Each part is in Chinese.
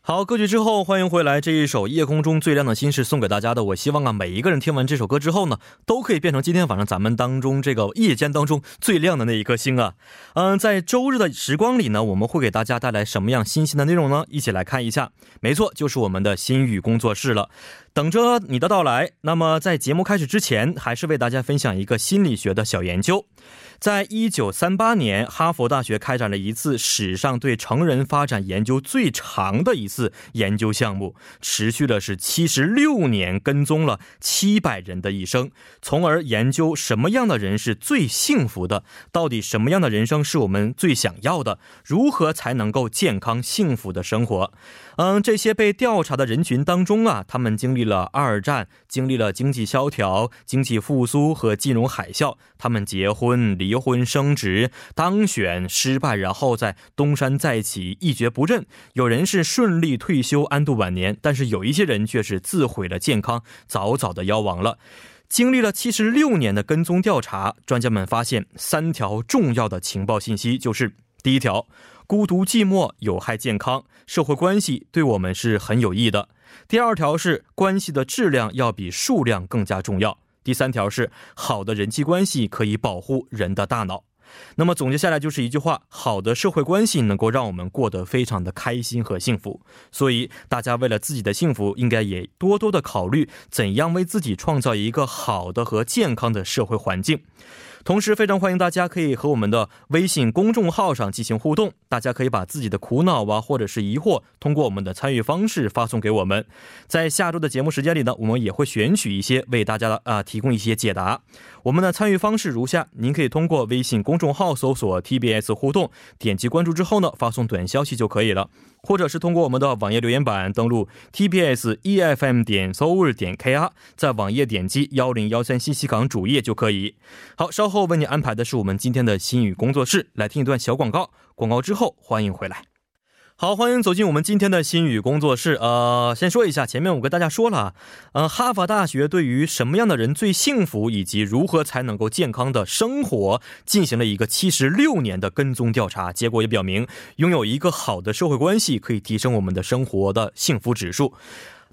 好，歌曲之后欢迎回来。这一首《夜空中最亮的星》是送给大家的。我希望啊，每一个人听完这首歌之后呢，都可以变成今天晚上咱们当中这个夜间当中最亮的那一颗星啊。嗯，在周日的时光里呢，我们会给大家带来什么样新鲜的内容呢？一起来看一下。没错，就是我们的心语工作室了，等着你的到来。那么在节目开始之前，还是为大家分享一个心理学的小研究。在一九三八年，哈佛大学开展了一次史上对成人发展研究最长的一次研究项目，持续的是七十六年，跟踪了七百人的一生，从而研究什么样的人是最幸福的，到底什么样的人生是我们最想要的，如何才能够健康幸福的生活。嗯，这些被调查的人群当中啊，他们经历了二战，经历了经济萧条、经济复苏和金融海啸，他们结婚、离婚、升职、当选、失败，然后再东山再起，一蹶不振。有人是顺利退休，安度晚年，但是有一些人却是自毁了健康，早早的夭亡了。经历了七十六年的跟踪调查，专家们发现三条重要的情报信息，就是第一条，孤独寂寞有害健康，社会关系对我们是很有益的；第二条是关系的质量要比数量更加重要；第三条是好的人际关系可以保护人的大脑。那么总结下来就是一句话：好的社会关系能够让我们过得非常的开心和幸福。所以大家为了自己的幸福，应该也多多的考虑怎样为自己创造一个好的和健康的社会环境。同时，非常欢迎大家可以和我们的微信公众号上进行互动，大家可以把自己的苦恼啊，或者是疑惑，通过我们的参与方式发送给我们。在下周的节目时间里呢，我们也会选取一些为大家啊、呃提供一些解答。我们的参与方式如下：您可以通过微信公众号搜索 TBS 互动，点击关注之后呢，发送短消息就可以了；或者是通过我们的网页留言板登录 TBS EFM E 点 s o u 点 KR，在网页点击幺零幺三信息港主页就可以。好，稍后为你安排的是我们今天的心语工作室，来听一段小广告。广告之后，欢迎回来。好，欢迎走进我们今天的心语工作室。呃，先说一下，前面我跟大家说了啊，呃，哈佛大学对于什么样的人最幸福，以及如何才能够健康的生活，进行了一个七十六年的跟踪调查。结果也表明，拥有一个好的社会关系，可以提升我们的生活的幸福指数。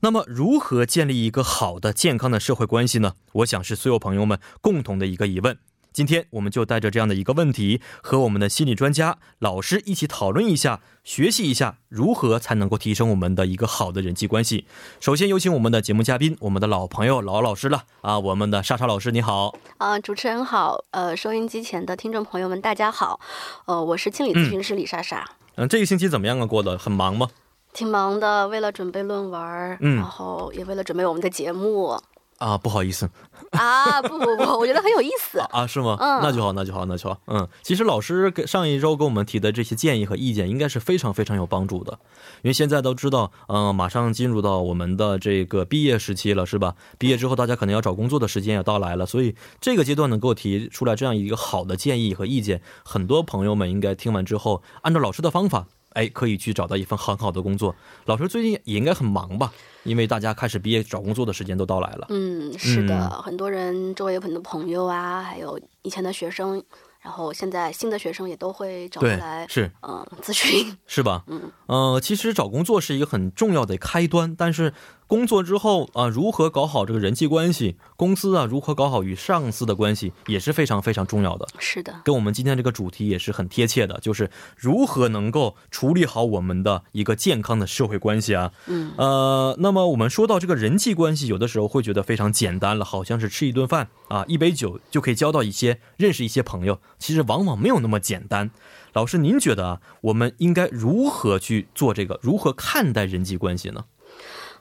那么，如何建立一个好的、健康的社会关系呢？我想是所有朋友们共同的一个疑问。今天我们就带着这样的一个问题，和我们的心理专家老师一起讨论一下，学习一下如何才能够提升我们的一个好的人际关系。首先有请我们的节目嘉宾，我们的老朋友老老师了啊，我们的莎莎老师，你好。啊、主持人好，呃，收音机前的听众朋友们，大家好，呃，我是心理咨询师李莎莎，嗯，这个星期怎么样啊？过得很忙吗？挺忙的，为了准备论文儿，嗯然后也为了准备我们的节目啊，不好意思啊，不不不，我觉得很有意思。 啊，是吗？嗯那就好，那就好，那就好。嗯，其实老师给上一周给我们提的这些建议和意见，应该是非常非常有帮助的，因为现在都知道，嗯、马上进入到我们的这个毕业时期了，是吧？毕业之后，大家可能要找工作的时间也到来了，所以这个阶段能够提出来这样一个好的建议和意见，很多朋友们应该听完之后，按照老师的方法。哎，可以去找到一份很好的工作。老师最近也应该很忙吧？因为大家开始毕业找工作的时间都到来了。嗯，是的，很多人周围有很多朋友啊，还有以前的学生，然后现在新的学生也都会找过对来，，是。嗯、咨询。 是吧？嗯，呃，其实找工作是一个很重要的开端，但是工作之后啊、如何搞好这个人际关系，公司啊如何搞好与上司的关系，也是非常非常重要的，是的，跟我们今天这个主题也是很贴切的，就是如何能够处理好我们的一个健康的社会关系啊。嗯，呃，那么我们说到这个人际关系，有的时候会觉得非常简单了，好像是吃一顿饭啊，一杯酒就可以交到一些认识一些朋友，其实往往没有那么简单。老师，您觉得啊，我们应该如何去做这个，如何看待人际关系呢？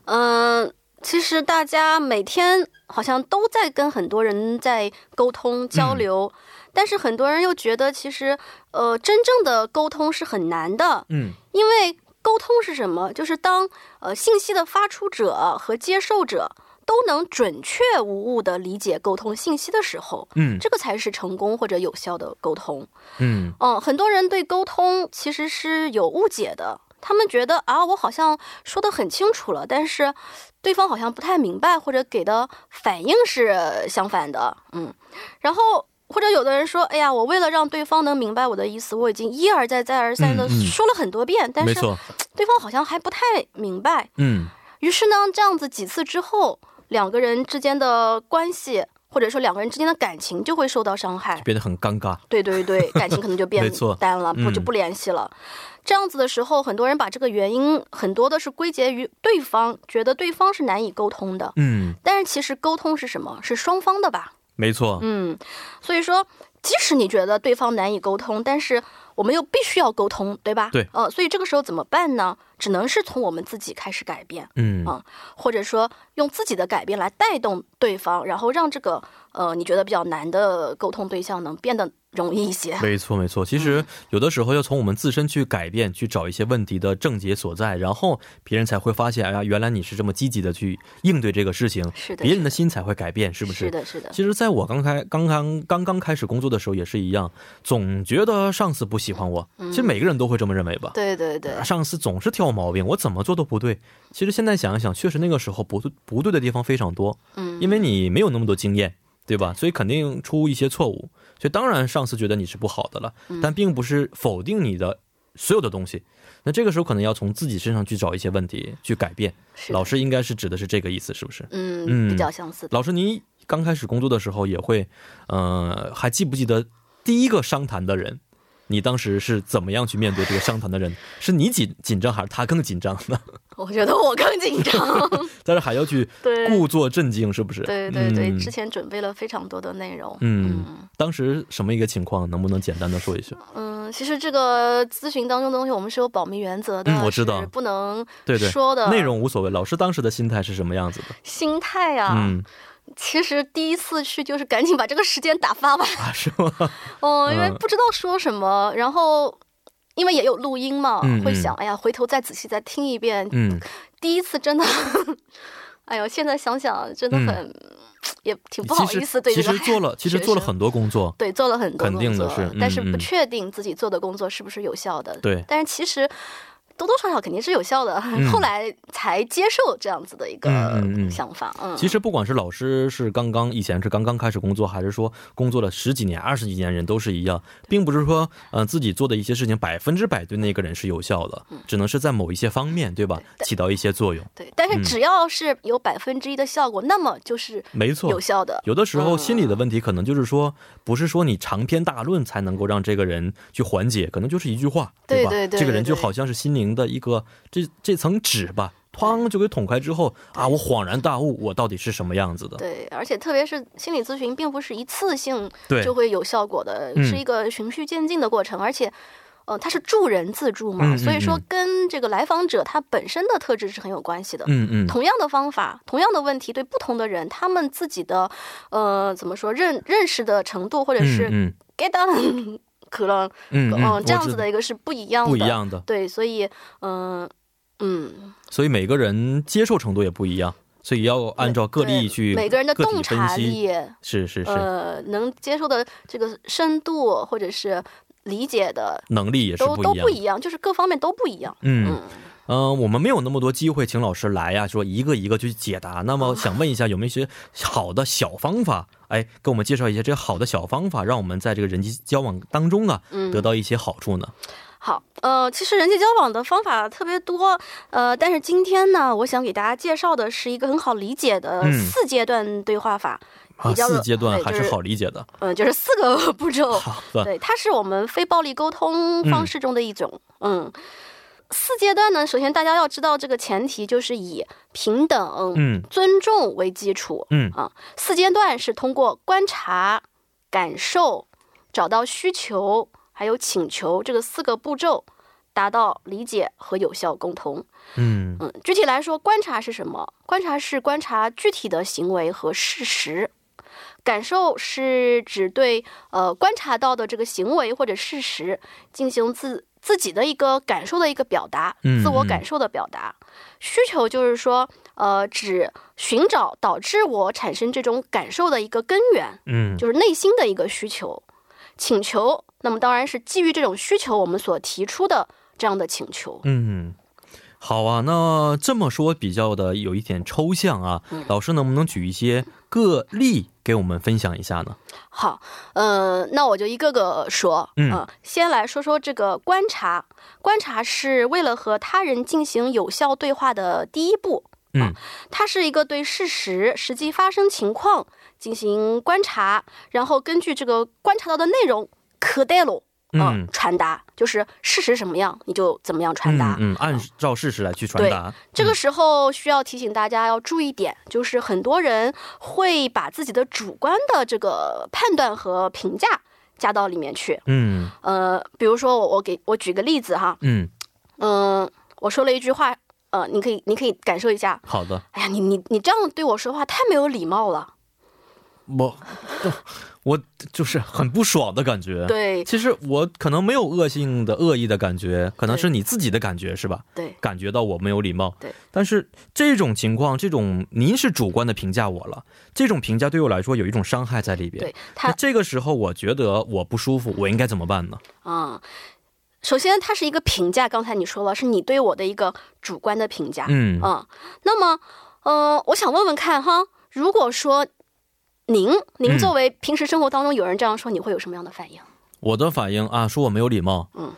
嗯、其实大家每天好像都在跟很多人在沟通交流，但是很多人又觉得其实呃，真正的沟通是很难的，嗯，因为沟通是什么？就是当呃信息的发出者和接受者都能准确无误的理解沟通信息的时候，嗯这个才是成功或者有效的沟通。嗯嗯，很多人对沟通其实是有误解的，他们觉得啊，我好像说的很清楚了，但是对方好像不太明白，或者给的反应是相反的。嗯，然后或者有的人说，哎呀，我为了让对方能明白我的意思，我已经一而再再而三的嗯嗯说了很多遍，但没是错，对方好像还不太明白。嗯，于是呢，这样子几次之后，两个人之间的关系，或者说两个人之间的感情就会受到伤害。变得很尴尬，对对对，感情可能就变没错淡了，不嗯就不联系了。这样子的时候，很多人把这个原因很多的是归结于对方，觉得对方是难以沟通的。嗯，但是其实沟通是什么？是双方的吧？没错，嗯，所以说，即使你觉得对方难以沟通，但是我们又必须要沟通，对吧？对呃，所以这个时候怎么办呢？只能是从我们自己开始改变。嗯，啊或者说用自己的改变来带动对方，然后让这个呃你觉得比较难的沟通对象能变得容易一些。没错，没错。其嗯实有的时候要从我们自身去改变，去找一些问题的症结所在，然后别人才会发现，哎呀，原来你是这么积极的去应对这个事情，是的，别人的心才会改变，是不是？是的，是的，其实，在我刚开刚刚刚刚开始工作的时候也是一样，总觉得上司不喜欢我。其嗯实每个人都会这么认为吧。对对对，啊上司总是挑我毛病，我怎么做都不对。其实现在想一想，确实那个时候不对不对的地方非常多，嗯，因为你没有那么多经验，对吧？所以肯定出一些错误。所以当然，上司觉得你是不好的了，嗯但并不是否定你的所有的东西。那这个时候可能要从自己身上去找一些问题去改变。是的老师应该是指的是这个意思，是不是？嗯嗯比较相似的。老师，您刚开始工作的时候也会，呃，还记不记得第一个商谈的人？你当时是怎么样去面对这个商谈的人？是你紧紧张还是他更紧张呢？ 我觉得我更紧张，但是还要去对故作镇静，是不是？对对对，嗯之前准备了非常多的内容。嗯，当时什么一个情况？能不能简单的说一下？嗯，其实这个咨询当中的东西，我们是有保密原则的，嗯我知道是不能对对，说的内容无所谓。老师当时的心态是什么样子的？心态啊。嗯其实第一次去就是赶紧把这个时间打发完，啊，是吗？ 哦，因为嗯不知道说什么，然后因为也有录音嘛，嗯嗯会想，哎呀，回头再仔细再听一遍。嗯，第一次真的，哎呦，现在想想真的很，也挺 不好嗯其意实思对其这个实。做 了，其实学做了生很多工作。对，做了很多肯定工作的是嗯但是不嗯确定自己做的工作是不是有效的。对但是其实多多少少肯定是有效的，后来才接受这样子的一个嗯嗯嗯嗯想法。嗯，其实不管是老师是刚刚以前是刚刚开始工作，还是说工作了十几年、二十几年人都是一样，并不是说呃自己做的一些事情百分之百对那个人是有效的，嗯只能是在某一些方面，对吧？起到一些作用。对，但是只要是有百分之一的效果，那么就是没错有，效嗯的。有的时候心理的问题可能就是说，不是说你长篇大论才能够让这个人去缓解，可能就是一句话，吧？对对对这个人就对对好像是心灵的一个这这层纸吧，哐就给捅开之后啊，我恍然大悟，我到底是什么样子的？对，而且特别是心理咨询，并不是一次性对就会有效果的，嗯是一个循序渐进的过程，而且。呃，它是助人自助嘛，嗯嗯所以说嗯跟这个来访者他本身的特质是很有关系的。嗯嗯，同样的方法，同样的问题，对不同的人，他们自己的呃怎么说认认识的程度，或者嗯是嗯 get down，可 能嗯嗯，嗯、我这样知子的一个是不一样的。不一样的，对，所以嗯、嗯，所以每个人接受程度也不一样，所以要按照个例对去每个人的个体洞察分析力，是是是、呃，能接受的这个深度或者是理解的能力也是都不都一不样。一样，就是各方面都不一样。嗯嗯、呃我们没有那么多机会请老师来呀、说一个一个去解答。那啊么想问一下，有没有一些好的小方法？哎，给我们介绍一些这些好的小方法，让我们在这个人际交往当中啊，嗯得到一些好处呢？好，呃，其实人际交往的方法特别多，呃，但是今天呢，我想给大家介绍的是一个很好理解的嗯四阶段对话法，啊，比较四阶段对还就是好理解的，嗯、就是四个 步骤，好的，嗯对，它是我们非暴力沟通方式中的一种，嗯。四阶段呢，首先大家要知道这个前提就是以平等、嗯尊重为基础，嗯四阶段是通过观察、感受、找到需求，还有请求这个四个步骤，达到理解和有效沟通。嗯嗯，具体来说，观察是什么？观察是观察具体的行为和事实。感受是指对呃观察到的这个行为或者事实进行自自己的一个感受的一个表达，嗯自我嗯感受的表达。需求就是说，呃，指寻找导致我产生这种感受的一个根源，嗯就是内心的一个需求。请求，那么当然是基于这种需求，我们所提出的这样的请求。嗯，好啊，嗯那这么说比较的有一点抽象啊，老师能不能举一些个例给我们分享一下呢？好，呃，那我就一个个说，嗯呃先来说说这个观察。观察是为了和他人进行有效对话的第一步，啊嗯它是一个对事实、实际发生情况进行观察，然后根据这个观察到的内容，可带喽，嗯传达就是事实什么样，你就怎么样传达。嗯嗯，按照事实来去传达。这个时候需要提醒大家要注意点，就是很多人会把自己的主观的这个判断和评价加到里面去。嗯呃，比如说我我给我举个例子哈，嗯，嗯、我说了一句话，呃，你可以你可以感受一下，好的，哎呀，你你你这样对我说话太没有礼貌了。我我就是很不爽的感觉。，嗯对其实我可能没有恶性的恶意的感觉，可能是你自己的感觉是吧？对，感觉到我没有礼貌。对，但是这种情况，这种您是主观的评价我了，这种评价对我来说有一种伤害在里边。对那他，这个时候我觉得我不舒服，我应该怎么办呢？嗯，首先它是一个评价，刚才你说了，是你对我的一个主观的评价。嗯嗯，那么，呃，我想问问看哈，如果说您您嗯作为平时生活当中有人这样说，你会有什么样的反应？我的反应啊，说我没有礼貌。嗯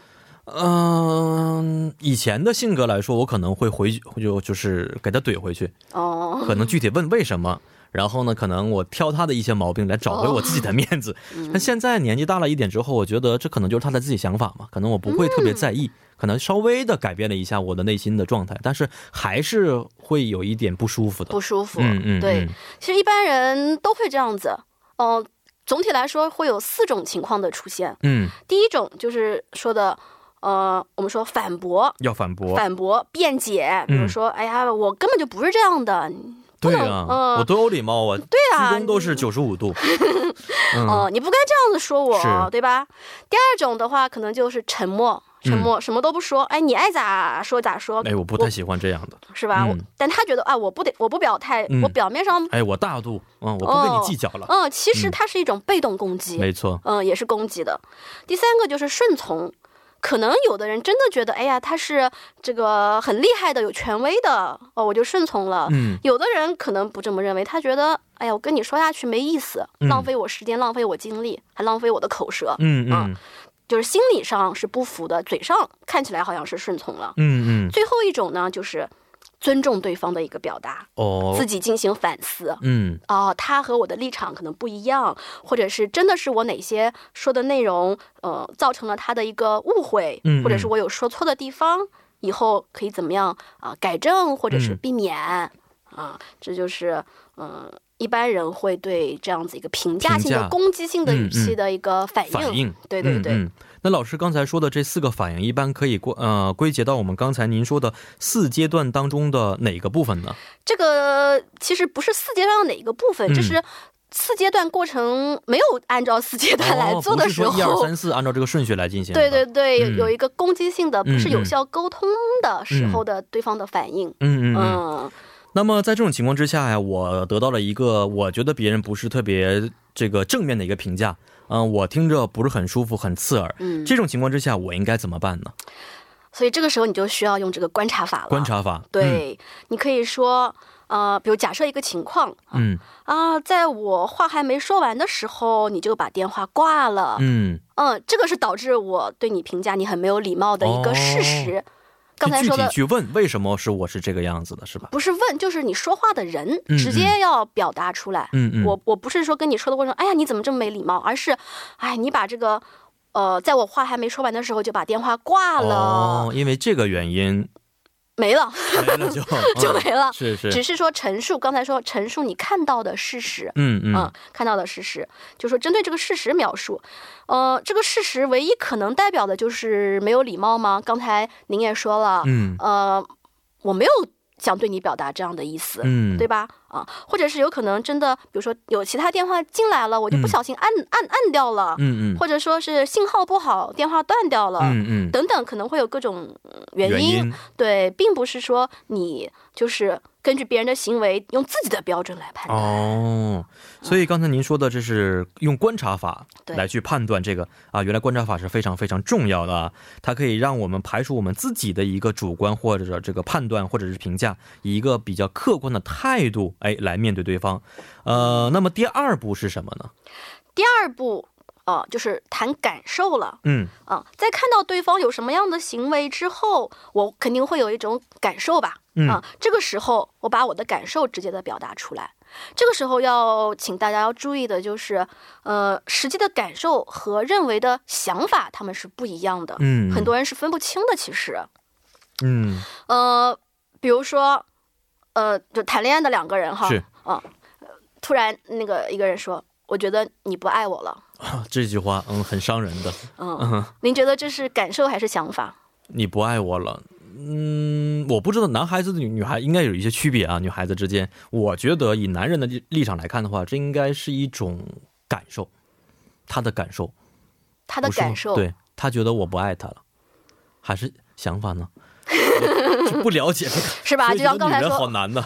嗯、以前的性格来说，我可能会回就就是给他怼回去，哦，可能具体问为什么，然后呢，可能我挑他的一些毛病来找回我自己的哦面子。嗯但现在年纪大了一点之后，我觉得这可能就是他的自己想法嘛，可能我不会特嗯别在意，可能稍微的改变了一下我的内心的状态，但是还是会有一点不舒服的。不舒服。嗯嗯，对嗯，其实一般人都会这样子。哦、总体来说会有四种情况的出现。嗯，第一种就是说的，呃，我们说反驳、要反驳。反驳、辩解，比如嗯说，哎呀，我根本就不是这样的，对能啊，嗯我多有礼貌啊，对啊鞠躬都是九十五度。嗯哦、你不该这样子说我是，对吧？第二种的话，可能就是沉默，沉默，什么都不说，哎，你爱咋说咋说，嗯哎，我不太喜欢这样的。是吧？我嗯但他觉得啊，我不得，我不表态，嗯我表面上，哎，我大度，嗯，我不跟哦你计较了。嗯、其实嗯它是一种被动攻击，没错，嗯、也是攻击的。第三个就是顺从。可能有的人真的觉得，哎呀，他是这个很厉害的、有权威的，哦，我就顺从了。嗯有的人可能不这么认为，他觉得，哎呀，我跟你说下去没意思，嗯浪费我时间，浪费我精力，还浪费我的口舌。嗯啊嗯就是心理上是不服的，嘴上看起来好像是顺从了。嗯嗯，最后一种呢，就是尊重对方的一个表达，哦自，己进行反思。嗯哦，他和我的立场可能不一样，或者是真的是我哪些说的内容，呃，造成了他的一个误会，嗯嗯或者是我有说错的地方，以后可以怎么样啊、改正，或者是嗯避免啊、这就是嗯、呃一般人会对这样子一个评价性评的价攻击性的语嗯气嗯的一个反应。反应，哎对对对，嗯嗯。那老师刚才说的这四个反应，一般可以归呃归结到我们刚才您说的四阶段当中的哪个部分呢？这个其实不是四阶段的哪一个部嗯分，这是四阶段过程没有按照四阶段来做哦、不的是时说一二候。 三四按照这个顺序来进行的。对对对，有嗯有一个攻击性的，不是有效沟通的时候的对方的反应。嗯嗯嗯。嗯那么在这种情况之下呀，我得到了一个我觉得别人不是特别这个正面的一个评价，嗯、我听着不是很舒服，很刺耳。嗯，这种情况之下，我应该怎么办呢？所以这个时候你就需要用这个观察法了。观，察嗯法。啊对，你可以说，呃，比如假设一个情况嗯。啊，在我话还没说完的时候，你就把电话挂了。嗯嗯，嗯，这个是导致我对你评价你很没有礼貌的一个事实。刚才哦具说的体去问为什么是我是这个样子的，是吧？不是问，就是你说话的人嗯直接要表达出来。嗯嗯，我我不是说跟你说的过程，哎呀，你怎么这么没礼貌，而是，哎，你把这个，呃，在我话还没说完的时候就把电话挂了，哦，因为这个原因没了，没了就 就没了嗯。是只是，是说陈述，刚才说陈述你看到的事实，嗯嗯嗯，看到的事实，就说针对这个事实描述，呃，这个事实唯一可能代表的就是没有礼貌吗？刚才您也说了，嗯呃，我没有想对你表达这样的意思，嗯，对吧？啊，或者是有可能真的，比如说有其他电话进来了，我就不嗯小心按、按按掉了、嗯嗯或者说是信号不好，电话断掉了，嗯嗯，等等，可能会有各种嗯原原因对，并不是说你就是根据别人的行为，用自己的标准来 判断。哦，所以刚才您说的，这是用观察法对来去判断这个啊，原来观察法是非常非常重要的啊，它可以让我们排除我们自己的一个主观或者这个判断或者是评价，以一个比较客观的态度哎来面对对方。呃，嗯那么第二步是什么呢？第二步，呃，就是谈感受了。嗯，啊，在看到对方有什么样的行为之后，我肯定会有一种感受吧。嗯啊，这个时候我把我的感受直接的表达出来。这个时候要请大家要注意的就是，呃，实际的感受和认为的想法他们是不一样的。嗯很多人是分不清的。其实，嗯呃，比如说，呃，就谈恋爱的两个人哈，是啊，突然那个一个人说：“我觉得你不爱我了。啊这句话嗯很伤人的，”嗯，您觉得这是感受还是想法？你不爱我了。嗯，我不知道男孩子女女孩应该有一些区别啊，女孩子之间，我觉得以男人的立立场来看的话，这应该是一种感受，他的感受，他他的感受，对他觉得我不爱他了，还是想法 呢？就不了解这个，是吧？所啊就以这像个刚女才人好说，难呢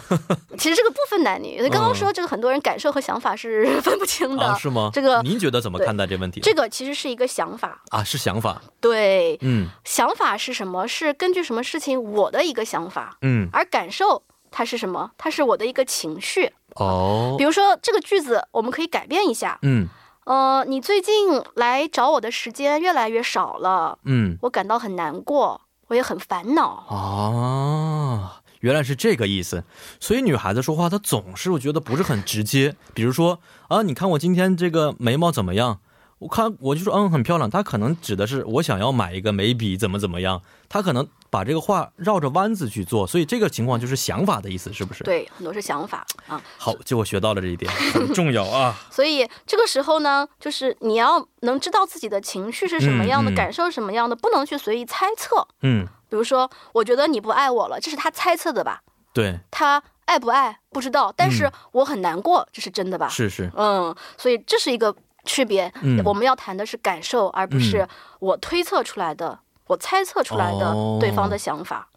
其实这个不分男女。刚刚说这个很多人感受和想法是 分不清的，啊，是吗？这个您觉得怎么看待这问题？这个其实是一个想法。啊是想法，对，嗯想法是什么？是根据什么事情我的一个想法，嗯而感受它是什么？它是我的一个情绪。哦比如说这个句子，我们可以改变一下。嗯呃，你最近来找我的时间越来越少了，嗯我感到很难过，我也很烦恼。啊，原来是这个意思。所以女孩子说话，她总是我觉得不是很直接。比如说啊，你看我今天这个眉毛怎么样？我看我就说嗯，很漂亮。她可能指的是我想要买一个眉笔，怎么怎么样？她可能把这个话绕着弯子去做，所以这个情况就是想法的意思，是不是？。对，很多是想法啊。好，就我学到了这一点，很重要啊。所以这个时候呢，就是你要能知道自己的情绪是什么样的，嗯嗯感受是什么样的，不能去随意猜测。嗯，比如说，我觉得你不爱我了，这是他猜测的吧？对，他爱不爱不知道，但是我很难过，这是真的吧？嗯是是，嗯，所以这是一个区别。嗯我们要谈的是感受，而不是我推测出来的。我猜测出来的哦对方的想法，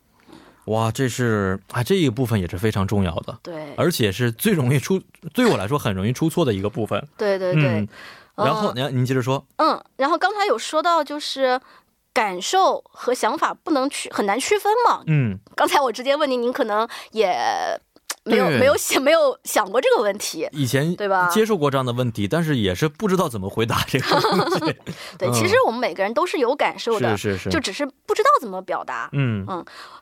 哇，这是啊，这一部分也是非常重要的，对，而且是最容易出，对我来说很容易出错的一个部分。对对嗯对，，呃然后您您接着说，嗯，然后刚才有说到，就是感受和想法不能区很难区分嘛，嗯，刚才我直接问您，您可能也没有对没有想没有想过这个问题。以前对啊吧接受过这样的问题，但是也是不知道怎么回答这个问 题。对，嗯其实我们每个人都是有感受的，是是是就只是不知道怎么表达。嗯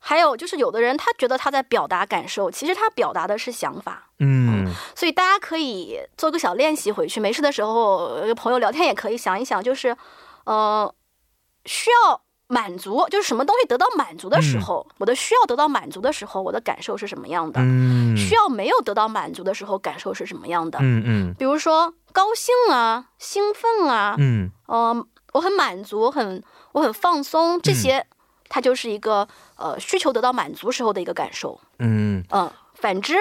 还有就是，有的人他觉得他在表达感受，其实他表达的是想法。嗯，所以大家可以做个小练习，回去没事的时候呃跟朋友聊天也可以想一想，就是，呃，需要满足，就是什么东西得到满足的时嗯候，我的需要得到满足的时候，我的感受是什么样的？嗯需要没有得到满足的时候，感受是什么样的？嗯嗯比如说高兴啊、兴奋啊，嗯嗯嗯、我很满足，很我很放松，这些、它就是一个呃需求得到满足时候的一个感受。嗯嗯、反之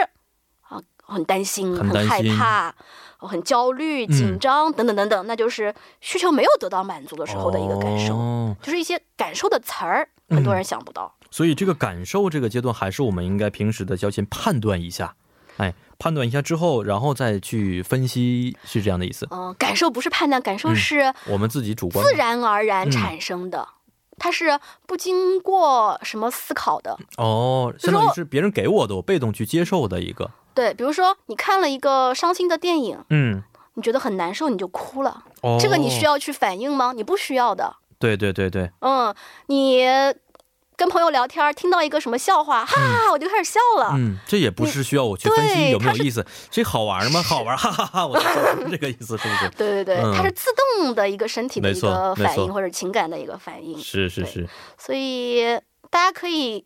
啊、很担心、很担害心嗯怕、呃很焦虑、紧张、等等等等，那就是需求没有得到满足的时候的一个感受，哦嗯就是一些感受的词儿，很多人想不到。所以这个感受这个阶段，还是我们应该平时的要先判断一下，哎，判断一下之后，然后再去分析，是这样的意思。嗯、感受不是判断，感受嗯是、我们自己主观自然而然嗯产生的，它是不经过什么思考的。哦，相当于是别人给我的，我被动去接受的一个。对，比如说你看了一个伤心的电影，嗯，你觉得很难受，你就哭了，哦，这个你需。要去反应吗？你不需要的。对对对对，嗯，你跟朋友聊天，听到一个什么笑话，哈哈哈，我就开始笑了。嗯，这也不是需要我去分析啊对有没有它是意思，这好玩吗？好玩，哈哈哈我就笑这个意思是不是？对对对、嗯它是自动的一个身体的没一错个没反错应或者情感的一个反 应。是是对是，所以大家可以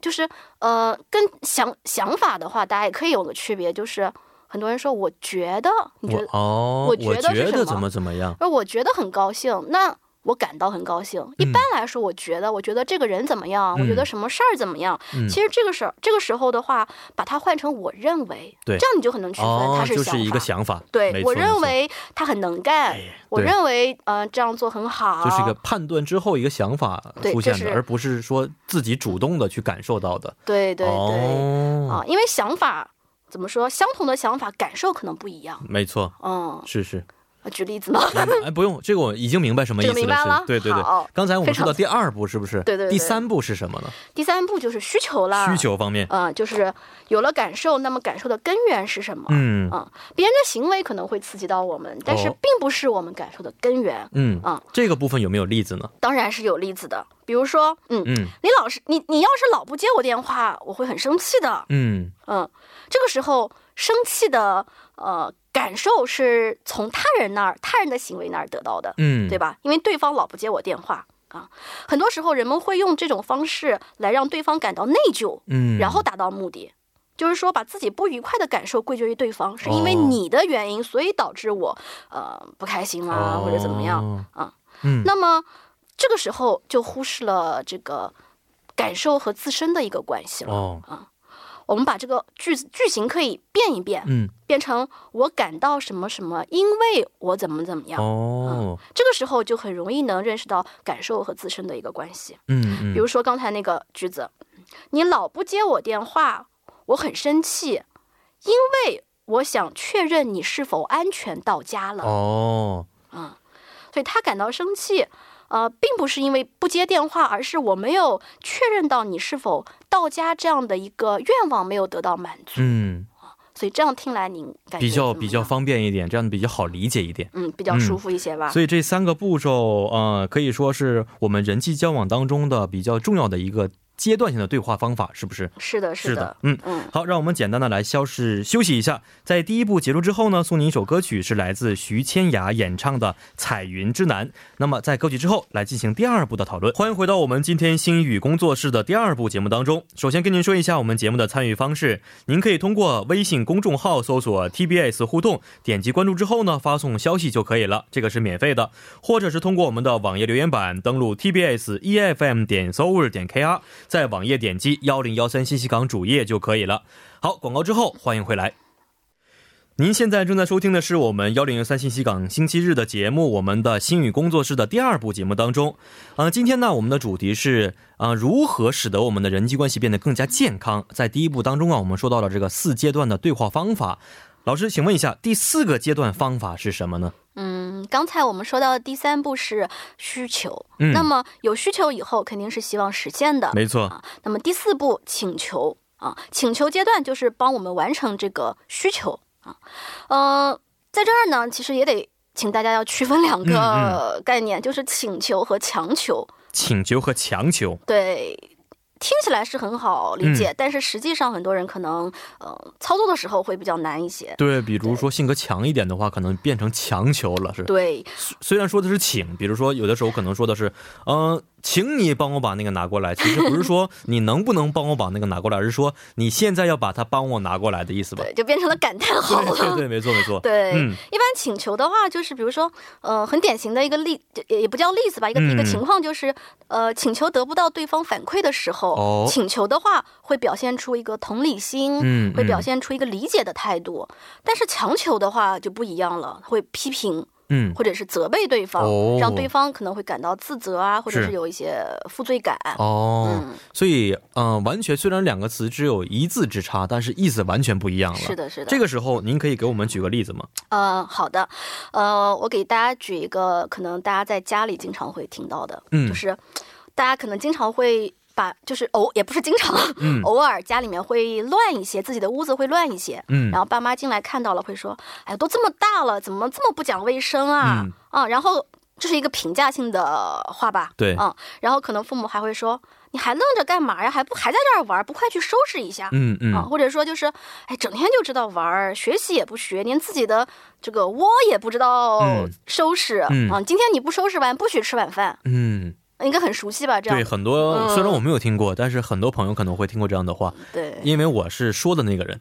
就是呃，跟想想法的话，大家也可以有个区别，就是很多人说我觉得，你觉我得，哦，我我觉得是什么怎么怎么样，而我觉得很高兴，那我感到很高兴。嗯一般来说，我觉得，我觉得这个人怎么样，我觉得什么事儿怎么样。嗯其实这个时候，这个时候的话，把它换成我认为，对这样你就很能区分哦他，就想法。是一个想法，没对，错我认。没为他很能干，哎我对认为呃这样做很好，错就是一个判断之后一个想法啊对出现的，这是而不是说自己主动的去感受到的。对对对、哦，啊，因为想法怎么说，相同的想法感受可能不一样。没错，嗯，是 是。举例子嘛，哎，不用，这个我已经明白什么意思这个明白了。了是，对对对好。刚才我们非说常到第二步，是不是？对对对第三步是什么呢？ 第三步就是需求啦。需。求方面，嗯，就是有了感受，那么感受的根源是什么？嗯啊别人的行为可能会刺激到我们，但是哦并不是我们感受的根源。嗯嗯，这个部分有没有例子呢？当然是有例子的，比如说，嗯，嗯李老师，你你要是老不接我电话，我会很生气的。嗯，嗯，这个时候生气的呃感受是从他人那儿、他人的行为那儿得到的，嗯，对吧？吧？因为对方老不接我电话啊，很多时候人们会用这种方式来让对方感到内疚，嗯，然后达到目的。就是说，把自己不愉快的感受归结于对方，是因为哦你的原因，所以导致我呃不开心啦、哦或者怎么样。啊？嗯，那么这个时候就忽视了这个感受和自身的一个关系了。哦，我们把这个句子句型可以变一变，嗯，变成我感到什么什么，因为我怎么怎么样。啊哦，这个时候就很容易能认识到感受和自身的一个关系。嗯嗯，比如说刚才那个句子，你老不接我电话，我很生气，因为我想确认你是否安全到家了。哦，所以他感到生气，呃，并不是因为不接电话，而是我没有确认到你是否到家这样的一个愿望没有得到满足。嗯，所以这样听来，您感觉比较哎怎么样比较，方便一点，这样比较好理解一点。嗯，比较舒服一些吧。所以这三个步骤，呃，可以说是我们人际交往当中的比较重要的一个阶段性的对话方法，是不是？是的，是的，嗯。嗯，好，让我们简单的来消失休息一下。在第一部结束之后呢，送您一首歌曲，是来自徐千雅演唱的《彩云之南》。那么在歌曲之后，来进行第二部的讨论。欢迎回到我们今天星宇工作室的第二部节目当中。首先跟您说一下我们节目的参与方式，您可以通过微信公众号搜索 TBS 互动，点击关注之后呢，发送消息就可以了，这个是免费的。或者是通过我们的网页留言板登录 TBS EFM E 点 s o u r 点 KR，在网页点击幺零幺三信息港主页就可以了。好，广告之后欢迎回来。您现在正在收听的是我们幺零幺三信息港星期日的节目，我们的星宇工作室的第二部节目当中。啊、今天呢，我们的主题是啊、如何使得我们的人际关系变得更加健康。在第一步当中啊，我们说到了这个四阶段的对话方法。老师，请问一下，第四个阶段方法是什么呢？嗯，刚才我们说到的第三步是需求，嗯那么有需求以后，肯定是希望实现的。没错，那么第四步，请求啊，请求阶段就是帮我们完成这个需求啊。呃，在这儿呢，其实也得请大家要区分两嗯个概念，就是请求和强求。请求和强求。对，听起来是很好理嗯解，但是实际上很多人可能呃操作的时候会比较难一些。对，比如说性格强一点的话，可能变成强求了。是，对，虽然说的是请，比如说有的时候可能说的是，嗯、请你帮我把那个拿过来。其实不是说你能不能帮我把那个拿过来，而是说你现在要把它帮我拿过来的意思吧对，？就变成了感叹号对对了。对，没错没错。对，嗯一般请求的话，就是比如说，呃，很典型的一个例，就也也不叫例子吧，一个、一个嗯情况就是，呃，请求得不到对方反馈的时候，哦请求的话会表现出一个同理心，嗯会表现出一个理解的态度，但是强求的话就不一样了，会批评嗯，或者是责备对方，哦让对方可能会感到自责啊，或者是是有一些负罪感。哦，嗯，所以嗯、呃完全虽然两个词只有一字之差，但是意思完全不一样了。是。的，是的，这个时候，您可以给我们举个例子吗？呃，好的，呃，我给大家举一个可能大家在家里经常会听到的，嗯就是大家可能经常会把，就是偶也不是经常，嗯偶尔家里面会乱一些，自己的屋子会乱一些，嗯然后爸妈进来看到了会说，哎，都这么大了，怎么这么不讲卫生啊？嗯啊，然后这是一个评价性的话吧，对嗯，然后可能父母还会说，你还愣着干嘛呀？还不还在这儿玩儿，不快去收拾一下？嗯啊，嗯，或者说就是，哎，整天就知道玩儿，学习也不学，连自己的这个窝也不知道嗯收拾、嗯啊！今天你不收拾完，不许吃晚饭，嗯，应该很熟悉吧？这对，样很多嗯虽然我没有听过，但是很多朋友可能会听过这样的话，对因为我是说的那 个人。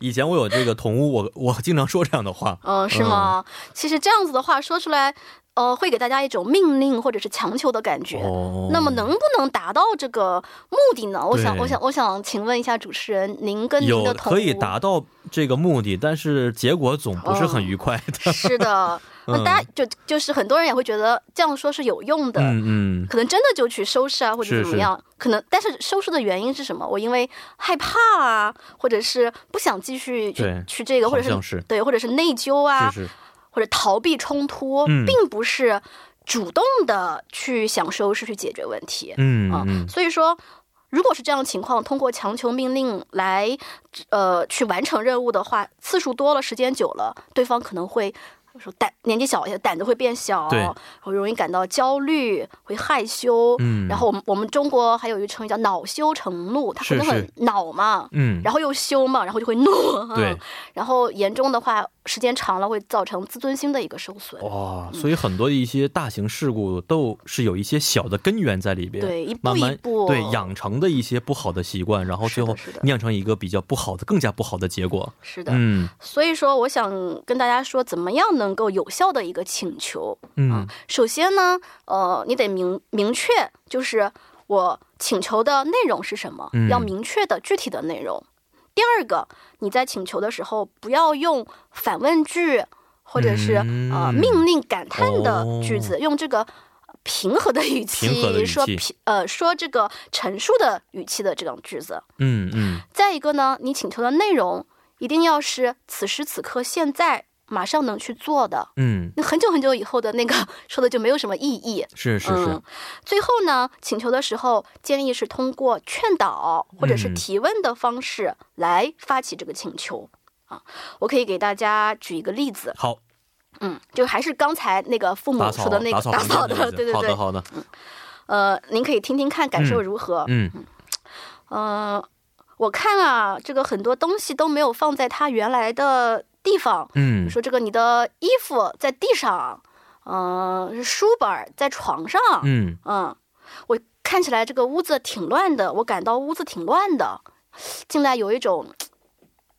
以前我有这个同屋，我我经常说这样的话。嗯，是吗、其实这样子的话说出来，呃，会给大家一种命令或者是强求的感觉。哦，那么能不能达到这个目的呢？我想，对我想，我想请问一下主持人，您跟您有的同可以达到这个目的，但是结果总不是很愉快的。是的，那嗯大家就就是很多人也会觉得这样说是有用的，嗯嗯，可能真的就去收拾啊，或者是怎么样。可能，但是收拾的原因是什么？我因为害怕啊，或者是不想继续去对去这个，或好者像是是对，或者是内疚啊，是是，或者逃避冲突，嗯并不是主动的去想收拾去解决问题。嗯啊嗯，所以说，如果是这样的情况，通过强求命令来呃去完成任务的话，次数多了，时间久了，对方可能会。说胆年纪小一些，胆子会变小，对然后容易感到焦虑，会害羞。嗯然后我们我们中国还有一个成语叫恼羞成怒，他可能是是很恼嘛，嗯，然后又羞嘛，然后就会怒。 对，然后严重的话，时间长了会造成自尊心的一个受损。哇，所以很多一些大型事故都是有一些小的根源在里边，对，一步慢一慢步对养成的一些不好的习惯，然后最后是的是的酿成一个比较不好的、更加不好的结果。是的。嗯所以说，我想跟大家说，怎么样能够有效的一个请求。嗯，啊首先呢，呃，你得明明确，就是我请求的内容是什么，嗯要明确的具体的内容。第二个，你在请求的时候，不要用反问句或者是、嗯呃命令感叹的哦句子，用这个。呃平和的语气平和的语气说平呃说这个陈述的语气的这种句子，嗯嗯，再一个呢，你请求的内容一定要是此时此刻、现在、马上能去做的。嗯，那很久很久以后的那个说的就没有什么意义。是是是嗯，，最后呢，请求的时候建议是通过劝导或者是嗯提问的方式来发起这个请求、啊。我可以给大家举一个例子，好，嗯，就还是刚才那个父母打扫说的那打个扫打房间扫那个的，意思对对好的对，好的，呃，您可以听听看感受如何。嗯嗯、我看啊，这个很多东西都没有放在它原来的地方。嗯说这个你的衣服在地上，嗯、书本儿在床上，嗯，嗯，我看起来这个屋子挺乱的，我感到屋子挺乱的，进来有一种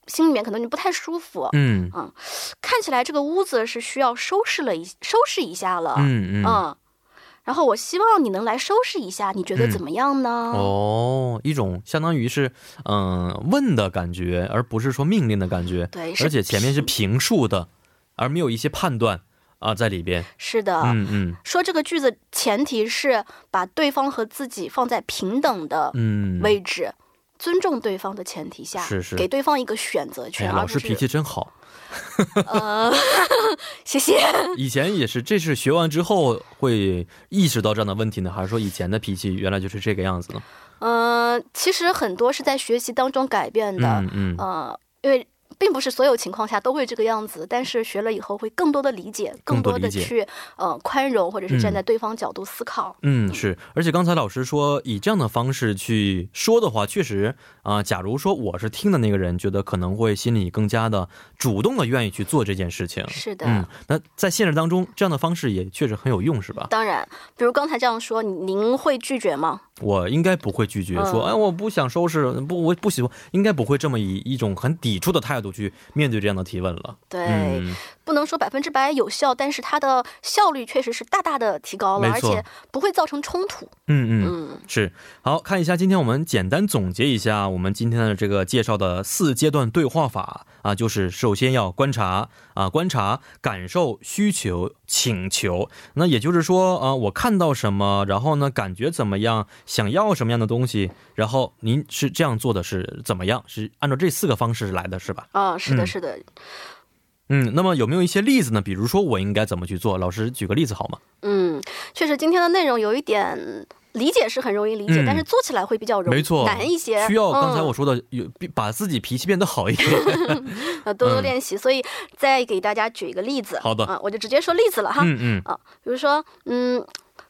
心里面可能就不太舒服。嗯看起来这个屋子是需要收拾了一收拾一下了，嗯嗯，嗯然后我希望你能来收拾一下，你觉得嗯怎么样呢？哦，一种相当于是嗯、问的感觉，而不是说命令的感觉，对，是而且前面是评述的，而没有一些判断啊在里边。是的，嗯嗯说这个句子前提是把对方和自己放在平等的嗯，位置，尊重对方的前提下，是是给对方一个选择权，哎，而老不师啊是脾气真好。呃， 谢谢。以前也是，这是学完之后会意识到这样的问题呢，还是说以前的脾气原来就是这个样子呢？嗯、其实很多是在学习当中改变的，嗯嗯，呃，因为。并不是所有情况下都会这个样子，但是学了以后会更多的理解，更更多多的理解去呃宽容，或者是嗯站在对方角度思考。嗯，是，而且刚才老师说以这样的方式去说的话，确实啊、假如说我是听的那个人，觉得可能会心里更加的主动的愿意去做这件事情。是的，嗯，那在现实当中，这样的方式也确实很有用，是吧？当然，比如刚才这样说，你您会拒绝吗？我应该不会拒绝嗯说，哎，我不想收拾，不，我不喜欢，应该不会这么以一种很抵触的态度去面对这样的提问了。对，嗯，不能说百分之百有效，但是它的效率确实是大大的提高没了，而错且不会造成冲突。嗯嗯，嗯，是。好看一下，今天我们简单总结一下我们今天的这个介绍的四阶段对话法啊，就是首先要观察啊，观察、感受、需求、请求。那也就是说啊，我看到什么，然后呢，感觉怎么样，想要什么样的东西，然后您是这样做的是怎么样？是按照这四个方式来的，是吧？啊、是的，嗯是的，嗯，那么有没有一些例子呢？比如说我应该怎么去做？老师举个例子好吗？嗯，确实今天的内容有一点理解是很容易理解，嗯但是做起来会比较容没错难一些，需要刚才嗯我说的，有、把自己脾气变得好一点。 呃多多嗯练习、所以再给大家举一个例子。好的啊、我就直接说例子了哈。嗯嗯。比如说，嗯，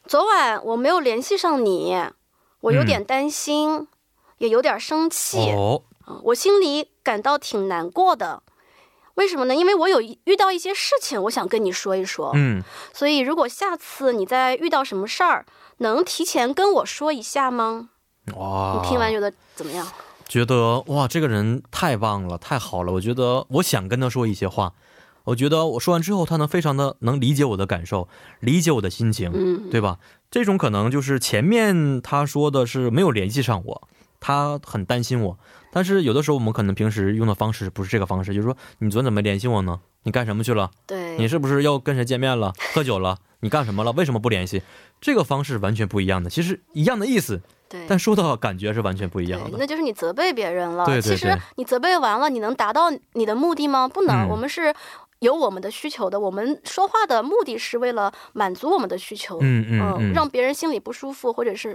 昨晚我没有联系上你，我有嗯点担心，也有点生气。哦，啊我心里感到挺难过的。为什么呢？因为我有一遇到一些事情，我想跟你说一说。嗯。所以，如果下次你再遇到什么事儿，能提前跟我说一下吗？哇！你听完觉得怎么样？觉得哇，这个人太棒了，太好了。我觉得我想跟他说一些话，我觉得我说完之后，他能非常的能理解我的感受，理解我的心情，嗯，对吧？这种可能就是前面他说的是没有联系上我，他很担心我，但是有的时候我们可能平时用的方式不是这个方式，就是说你昨天怎么没联系我呢？你干什么去了？你对，是不是又跟谁见面了？喝酒了？你干什么了？为什么不联系？这个方式完全不一样的，其实一样的意思，对，但说到感觉是完全不一样哎对的。那就是你责备别人了。对对其实对你责备完了，你能达到你的目的吗？不能，嗯我们是。有我们的需求的，我们说话的目的是为了满足我们的需求，嗯嗯呃嗯，让别人心里不舒服，或者是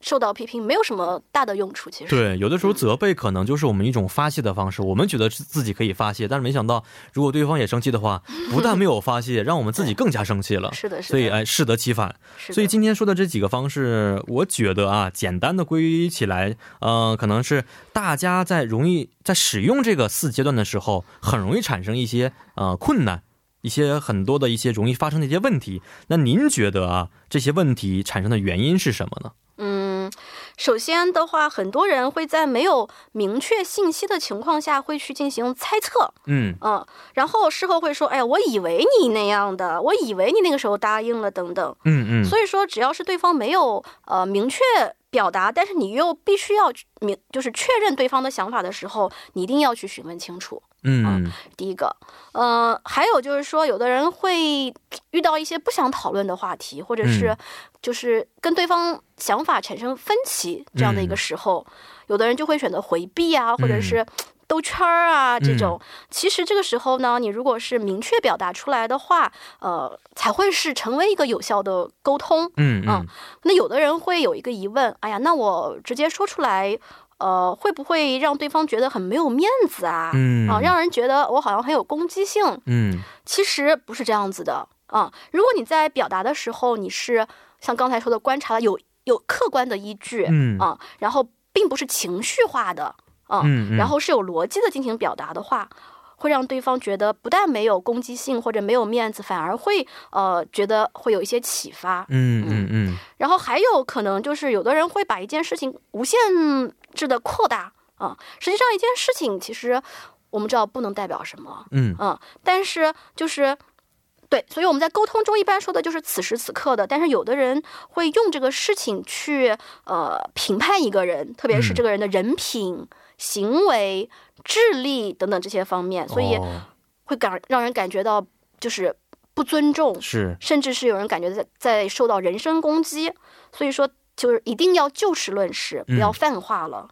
受到批评，没有什么大的用处。其实，对，有的时候责备可能就是我们一种发泄的方式，我们觉得自自己可以发泄，但是没想到如果对方也生气的话，不但没有发泄，让我们自己更加生气了。是的，是所的，以，哎，适得其反。是的所以今天说的这几个方式，我觉得啊，简单的归起来，呃，可能是大家在容易在使用这个四阶段的时候，很容易产生一些呃困难，一些很多的一些容易发生的一些问题。那您觉得啊，这些问题产生的原因是什么呢？嗯，首先的话，很多人会在没有明确信息的情况下，会去进行猜测，嗯嗯，然后事后会说，哎，我以为你那样的，我以为你那个时候答应了，等等。嗯嗯，所以说，只要是对方没有呃明确表达，但是你又必须要去明，就是确认对方的想法的时候，你一定要去询问清楚。嗯第一个，呃，还有就是说，有的人会遇到一些不想讨论的话题，或者是嗯就是跟对方想法产生分歧这样的一个时候，有的人就会选择回避啊，或者是兜圈儿啊、这种。其实这个时候呢，你如果是明确表达出来的话，呃，才会是成为一个有效的沟通。嗯嗯啊那有的人会有一个疑问，哎呀，那我直接说出来，呃，会不会让对方觉得很没有面子啊？嗯啊，让人觉得我好像很有攻击性。嗯其实不是这样子的啊、如果你在表达的时候，你是像刚才说的，观察了有有客观的依据啊、嗯然后并不是情绪化的啊、嗯，然后是有逻辑的进行表达的话。会让对方觉得不但没有攻击性或者没有面子，反而会呃觉得会有一些启发。嗯嗯嗯然后还有可能就是有的人会把一件事情无限制的扩大啊、实际上一件事情其实我们知道不能代表什么，嗯嗯，但是就是。对，所以我们在沟通中一般说的就是此时此刻的，但是有的人会用这个事情去呃评判一个人，特别是嗯这个人的人品、行为、智力等等这些方面，所以哦会感让人感觉到就是不尊重，是甚至是有人感觉在在受到人身攻击，所以说就是一定要就事论事，嗯不要泛化了。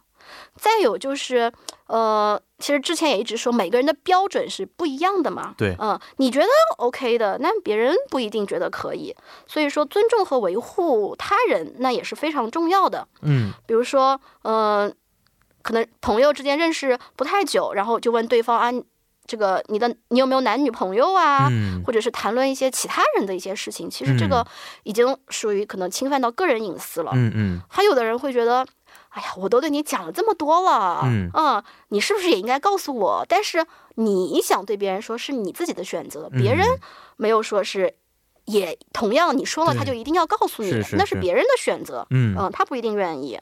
再有就是，呃，其实之前也一直说每个人的标准是不一样的嘛，对嗯、你觉得 OK 的，那别人不一定觉得可以，所以说尊重和维护他人那也是非常重要的。嗯比如说，呃，可能朋友之间认识不太久，然后就问对方啊，你这个你的你有没有男女朋友啊？嗯或者是谈论一些其他人的一些事情，其实这嗯个已经属于可能侵犯到个人隐私了。嗯嗯还有的人会觉得，哎呀，我都对你讲了这么多了，嗯你是不是也应该告诉我？但是你想对别人说是你自己的选择，别人嗯没有说是，也同样你说了他对就一定要告诉你，是是那是是别人的选择，嗯嗯，他不一定愿意。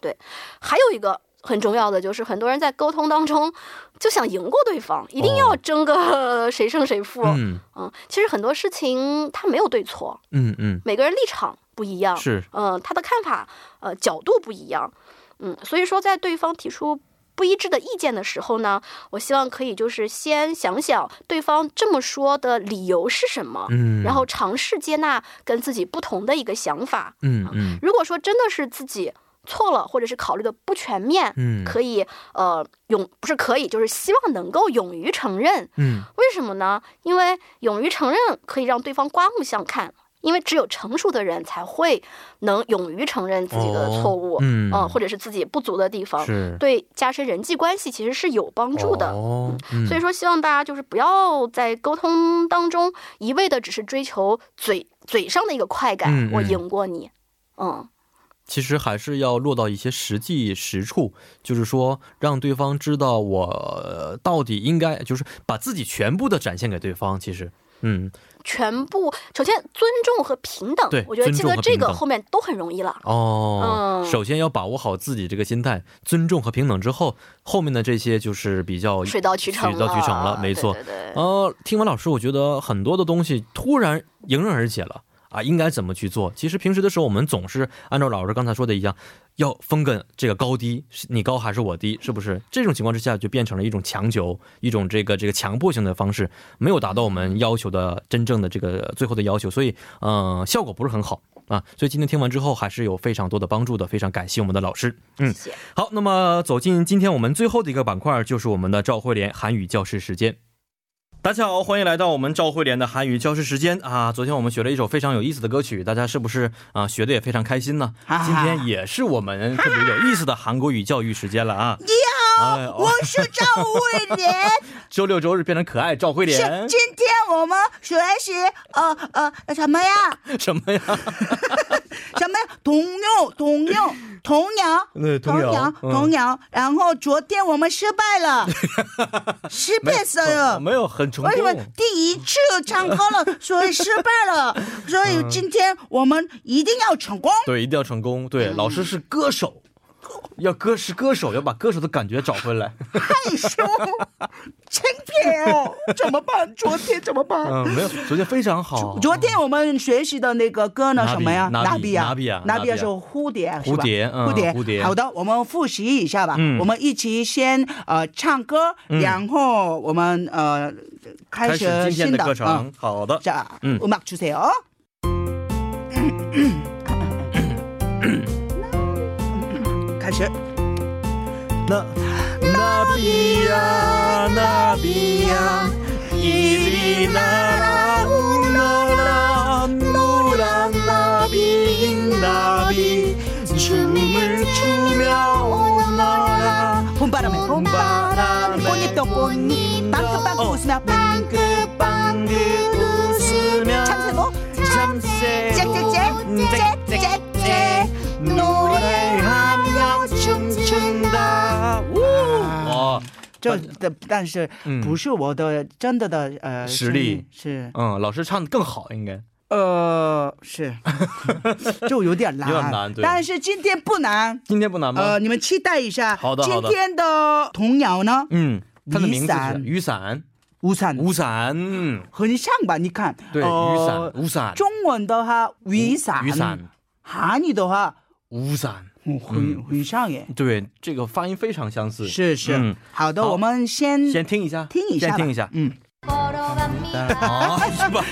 对，还有一个很重要的就是，很多人在沟通当中就想赢过对方，一定要哦争个 谁胜谁负。嗯嗯，其实很多事情它没有对错，嗯嗯每个人立场不一样，是嗯，他的看法呃角度不一样，嗯，所以说在对方提出不一致的意见的时候呢，我希望可以就是先想想对方这么说的理由是什么，嗯，然后尝试接纳跟自己不同的一个想法。嗯嗯如果说真的是自己错了，或者是考虑的不全面，嗯可以呃勇不是可以，就是希望能够勇于承认，嗯为什么呢？因为勇于承认可以让对方刮目相看，因为只有成熟的人才会能勇于承认自己的错误，嗯呃或者是自己不足的地方，是对加深人际关系其实是有帮助的。哦，嗯所以说，希望大家就是不要在沟通当中一味的只是追求嘴嘴上的一个快感，嗯嗯我赢过你，嗯，其实还是要落到一些实际实处，就是说让对方知道我呃到底应该，就是把自己全部的展现给对方。其实嗯，全部首先尊重和平等对，我觉得尊这重个和这平个等后面都很容易了。哦、嗯首先要把握好自己这个心态，尊重和平等之后，后面的这些就是比较水到渠成哦了，啊水到渠成了没错对对对呃，听完老师，我觉得很多的东西突然迎刃而解了啊，应该怎么去做？其实平时的时候，我们总是按照老师刚才说的一样，要分个这个高低，是你高还是我低，是不是？这种情况之下，就变成了一种强求，一种这个这个强迫性的方式，没有达到我们要求的真正的这个最后的要求，所以嗯、呃效果不是很好啊。所以今天听完之后，还是有非常多的帮助的，非常感谢我们的老师。嗯，谢谢好，那么走进今天我们最后的一个板块，就是我们的赵慧莲韩语教室时间。大家好，欢迎来到我们赵慧莲的韩语教室时间啊！昨天我们学了一首非常有意思的歌曲，大家是不是啊、学的也非常开心呢？啊今天也是我们特别有意思的韩国语教育时间了 啊！你好，哎、我是赵慧莲。周六周日变成可爱赵慧是莲，今天我们学习呃呃什么呀？什么呀？什么呀？童谣，童谣，童谣， 对童谣谣，嗯童谣。然后昨天我们失败 了，失败了。没有很成为什么功。第一次唱歌了，所以失败了？所以嗯今天我们一定要成功。对，一定要成功。嗯对，老师是歌手，要歌是歌手，要把歌手的感觉找回来。 害羞，千片哦，怎么办？昨天怎么办？嗯，没有，昨天非常好。昨天我们学习的那个歌呢，拿笔什么呀？拿笔笔啊，拿笔啊拿拿笔啊笔是蝴蝶，是吧蝴蝶嗯蝴蝶，蝴蝶好的，我们复习一下吧。嗯我们一起先呃唱歌，然后我们呃开开始始今天新的课的。程。嗯好的， 자 음. 음악 주세요. 가시. 나 나비야 나비야 이리 나라고 놀아 노란 나비 나비 춤을 추며 오너라 봄바람에 봄바람에 꽃잎도 꽃잎 빵긋빵긋 어. 웃으며 빵긋빵긋 웃으며 참새도 뭐? 참새도 뭐? 짹짹짹짹짹 노래하며 춤춘다 우! 와, 这的但是嗯不是我的真的的呃实力声音是嗯，老师唱的更好，应该。呃是就有点难，有点难对但是今天不难，今天不难吗？呃，你们期待一下。好的好的今天的童谣呢，嗯，它的名字是雨雨伞，无伞雨伞，嗯很像吧？你看，对，雨伞呃，雨伞，中文的话，雨伞，雨伞，韩语的话，雨伞，嗯很很像耶。对，这个发音非常相似。是是嗯，好的，好我们先先听一下，嗯听一下吧，哦先听一 下。嗯，啊，是吧？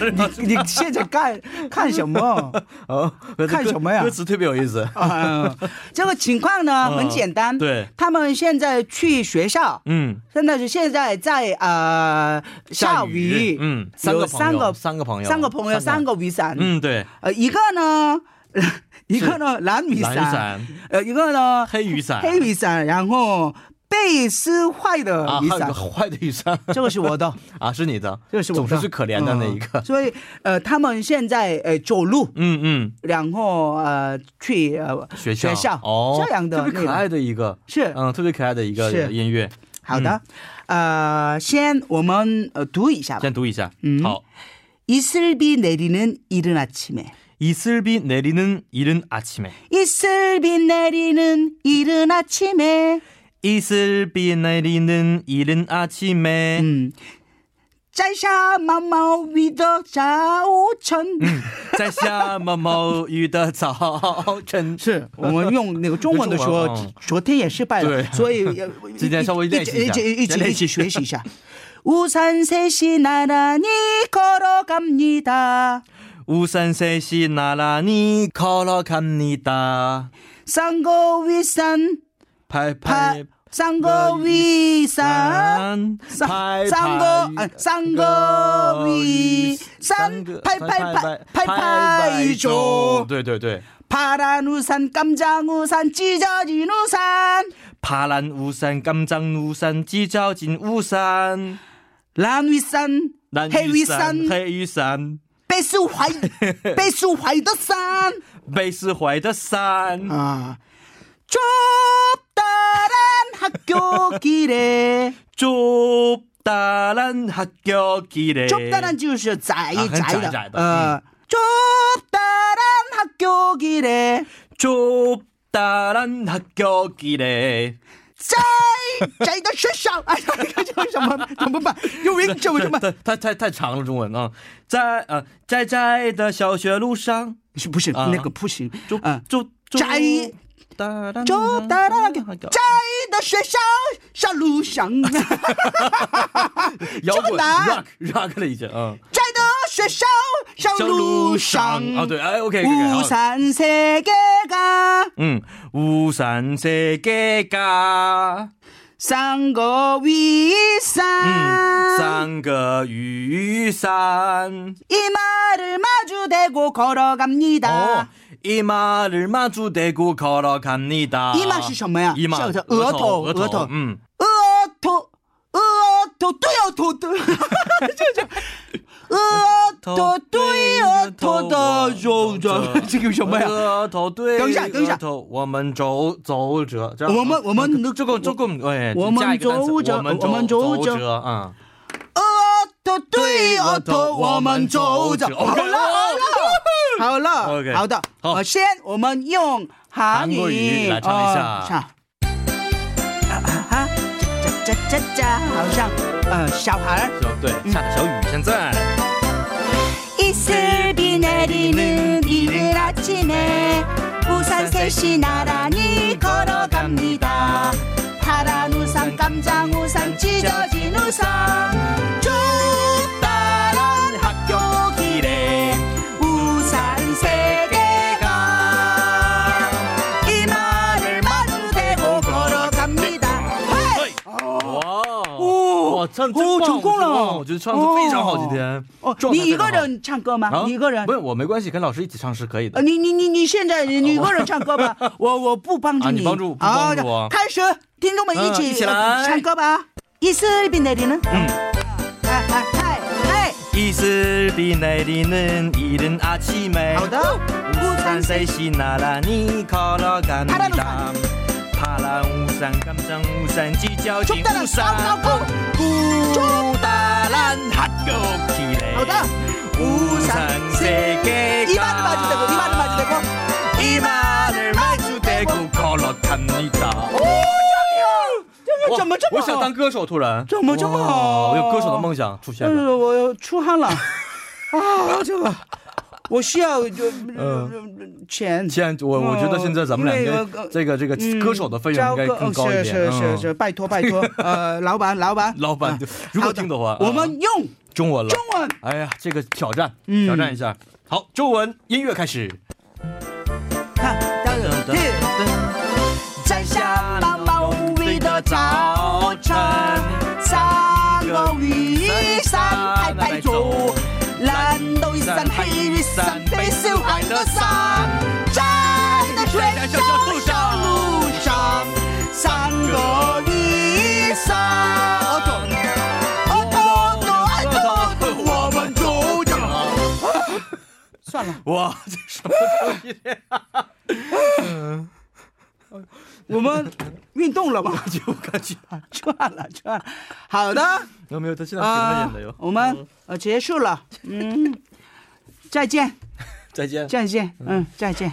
你现在 看看什么？哦，歌看什么呀歌词特别有意思。啊， 这个情况呢嗯很简单，对，他们现在去学校，嗯，真的是现在在呃下雨，嗯，三有个三朋友，个三个朋友，三个朋友三，个雨伞，嗯，对，呃一个呢 一个呢蓝雨蓝伞，伞、呃一个呢黑雨伞、黑雨伞，然后被撕坏的啊，雨还有伞个， 坏的雨伞这个是我 的，啊，是你的，这个是我总的是最可怜的那一个嗯。所以呃他们现在呃走路。嗯嗯，然后呃，去呃学校学校哦，这样的特别可内容爱的一个，是嗯，特别可爱的一个是音乐，好的，呃，先我们呃读一下吧。先读一下。嗯好。 이슬비 내리는 이른 아침에. 이슬비 내리는 이른 아침에 이슬비 내리는 이른 아침에. 네. 이슬비 내리는 이른 아침에 음. 짜샤 마마 위더 자오천. 음. 在下毛毛雨的早晨是我们用那个中文的时用候中文哦，昨天也失败了，对 所以呃今天稍微练习一一下起一先起练一习起学习一下。우산셋이나란히걸어갑니다 우산 셋이 나란히 걸어갑니다 쌍거 위산 파 팔팔 쌍거 위산 쌍- 쌍거 아, 쌍거 위 쌍, 팔팔팔 팔팔이죠. 对对对 파란 우산, 깜장 우산, 찢어진 우산. 파란 우산 깜짝 우산 찢어진 우산 란 위산, 난 해 위산, 해위산 베스 화이, 베스 화이더 산. 被撕坏的伞 아. 좁다란 학교 길에 좁 적다란 합격이래. 좁다란 지우시오 자이 아, 자이다. 자이, 자이다. 어. 좁다란 학교 길에 좁다란 합격이래. 在在的身上，哎呀，这个叫什么？怎么办？又为什么什么？太太太太长了，中文啊，在啊在在的小学路上，是不是啊那个不行？就嗯，就摘哒啦走哒啦啦给那个在的身上，上路上，在摇这么滚难 rock rock 了已经，嗯，的身上，上路上。啊对，哎 OK， 우산세계가 嗯， 음. 우산세계가 산거위 음. 산 三个雨伞， 이마를마주대고걸어갑니 哦 다。 이마를마주대고걸어갑니다 이마是什么呀 이마 是是额额头头额额头嗯，额头，额头对哦头的，额头对哦头的肉肉，这个什么呀？额头对，等一下等一下额啊头，我们走走着，这样我们我们这个这个哎，我们加一个单词走着我们我们走走着着啊，额头呃对额头，我们走着。好了好了好 OK 了，好的，好呃先我们用韩韩国语语来唱一下呃唱。啊哈，这这这这，好像呃小孩儿。行，对，下着小雨，现在 이슬비 내리는 이른 아침에 우산 셋이 나란히 걸어갑니다 파란 우산 깜장 우산 찢어진 우산 좁다란 학교 길에 우산 세 개가 이마를 마주대고 걸어갑니다 헤이! 哇哦哇，唱真哦棒成功了我觉得唱的非常好，今天哦状态你一个非常好人唱歌吗？啊你一个人不？是我没关系，跟老师一起唱是可以的。呃，你你你你现 어. 在你你一个人唱 歌吧，我我不帮助啊你，你帮助不帮助我好开始，听众们一起,、嗯一起来唱歌吧。一丝比内里呢？嗯，哎哎哎哎， 이슬비 내리는 이른 아침에 好的， 우산 셋이 나란히 파란 걸어갑니다. 우산. 파란 우산, 깜짝 우산, 찢어진 어. 中大了，高 우산, 高高， 구다란 학교 길에 好的， 우산 세 이마를마주대고이마를마주대 개가 고 이마를 마주대고 걸어갑니다. 哦 어, 这个怎么这么我想好当？歌手，突然怎么这么好嗯哇我有歌手的梦想出现但了。是我出汗 了，啊，这个。我需要就、呃、钱，嗯现在我我觉得现在咱们哦因为两我个呃这个这个嗯歌手的费用招应该个更哦高一点。是是嗯是是，拜托拜 托，呃，老板老板老板啊就如果好的听的话我啊们用中文了，中文。哎呀，这个挑战，嗯挑战一下。好，中文音乐开始。看，当然摘下那茂密的早晨，三个雨伞拍拍走，蓝豆伞、黑雨伞、白色海的伞，站在学校小路上，三个雨伞。哦哦哦哦哦我们走着。算了，哇，这什么东西？我们运动了吧？我 感觉赚了赚了，好的。有没有？他现在平着啊演的哟。嗯我们呃结束了，嗯，再见，再见。再见，嗯，再见。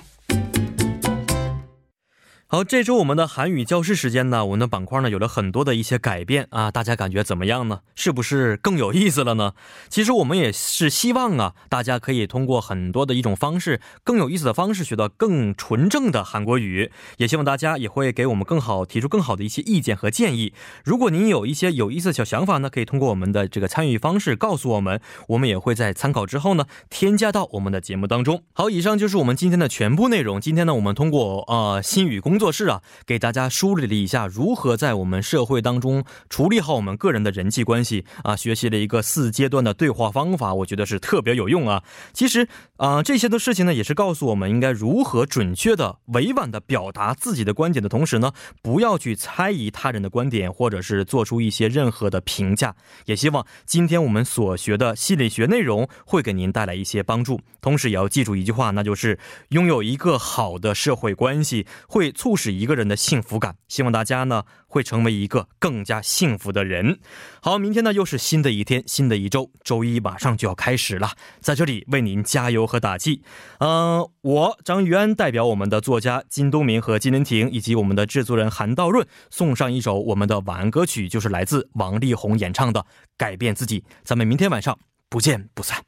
好，这周我们的韩语教室时间呢，我们的板块呢有了很多的一些改变啊，大家感觉怎么样呢？是不是更有意思了呢？其实我们也是希望啊，大家可以通过很多的一种方式，更有意思的方式学到更纯正的韩国语。也希望大家也会给我们更好提出更好的一些意见和建议。如果您有一些有意思的小想法呢，可以通过我们的这个参与方式告诉我们，我们也会在参考之后呢，添加到我们的节目当中。好，以上就是我们今天的全部内容。今天呢，我们通过呃新语工作室啊，给大家梳理了一下如何在我们社会当中处理好我们个人的人际关系啊，学习了一个四阶段的对话方法，我觉得是特别有用啊。其实啊、这些的事情呢，也是告诉我们应该如何准确的、委婉的表达自己的观点的同时呢，不要去猜疑他人的观点，或者是做出一些任何的评价。也希望今天我们所学的心理学内容会给您带来一些帮助。同时，也要记住一句话，那就是拥有一个好的社会关系，会促促使一个人的幸福感。希望大家呢会成为一个更加幸福的人。好，明天呢又是新的一天，新的一周，周一马上就要开始了，在这里为您加油和打气。嗯、我张玉安代表我们的作家金东明和金林婷，以及我们的制作人韩道润，送上一首我们的晚安歌曲，就是来自王力宏演唱的《改变自己》。咱们明天晚上不见不散。